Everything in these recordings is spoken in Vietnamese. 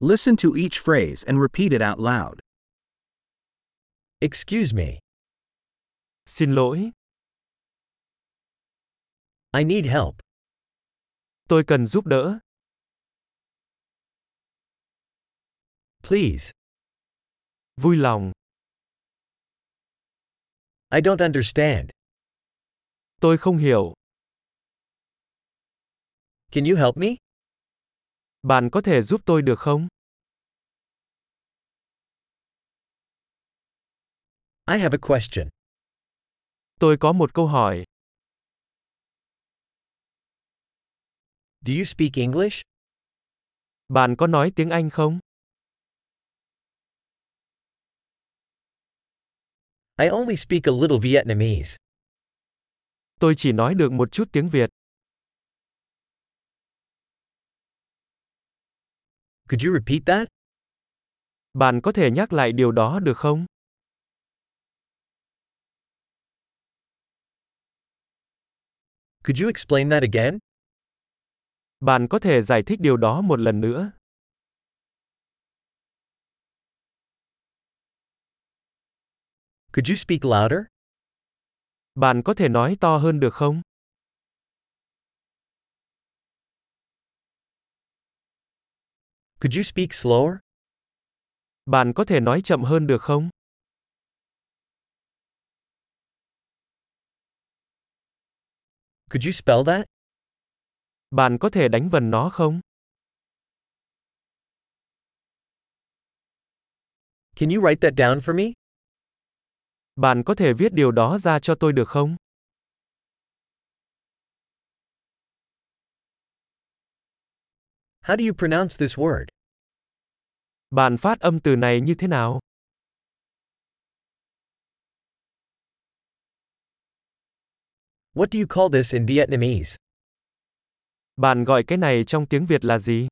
Listen to each phrase and repeat it out loud. Excuse me. Xin lỗi, I need help. tôi cần giúp đỡ. Please. Vui lòng, I don't understand. tôi không hiểu. Can you help me? Bạn có thể giúp tôi được không? I have a question. Tôi có một câu hỏi. Do you speak English? Bạn có nói tiếng Anh không? I only speak a little Vietnamese. Tôi chỉ nói được một chút tiếng Việt. Could you repeat that? Bạn có thể nhắc lại điều đó được không? Could you explain that again? Bạn có thể giải thích điều đó một lần nữa. Could you speak louder? Bạn có thể nói to hơn được không? Could you speak slower? Bạn có thể nói chậm hơn được không? Could you spell that? Bạn có thể đánh vần nó không? Can you write that down for me? Bạn có thể viết điều đó ra cho tôi được không? How do you pronounce this word? Bạn phát âm từ này như thế nào? What do you call this in Vietnamese? Bạn gọi cái này trong tiếng Việt là gì?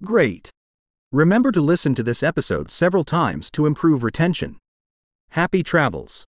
Great! Remember to listen to this episode several times to improve retention. Happy travels!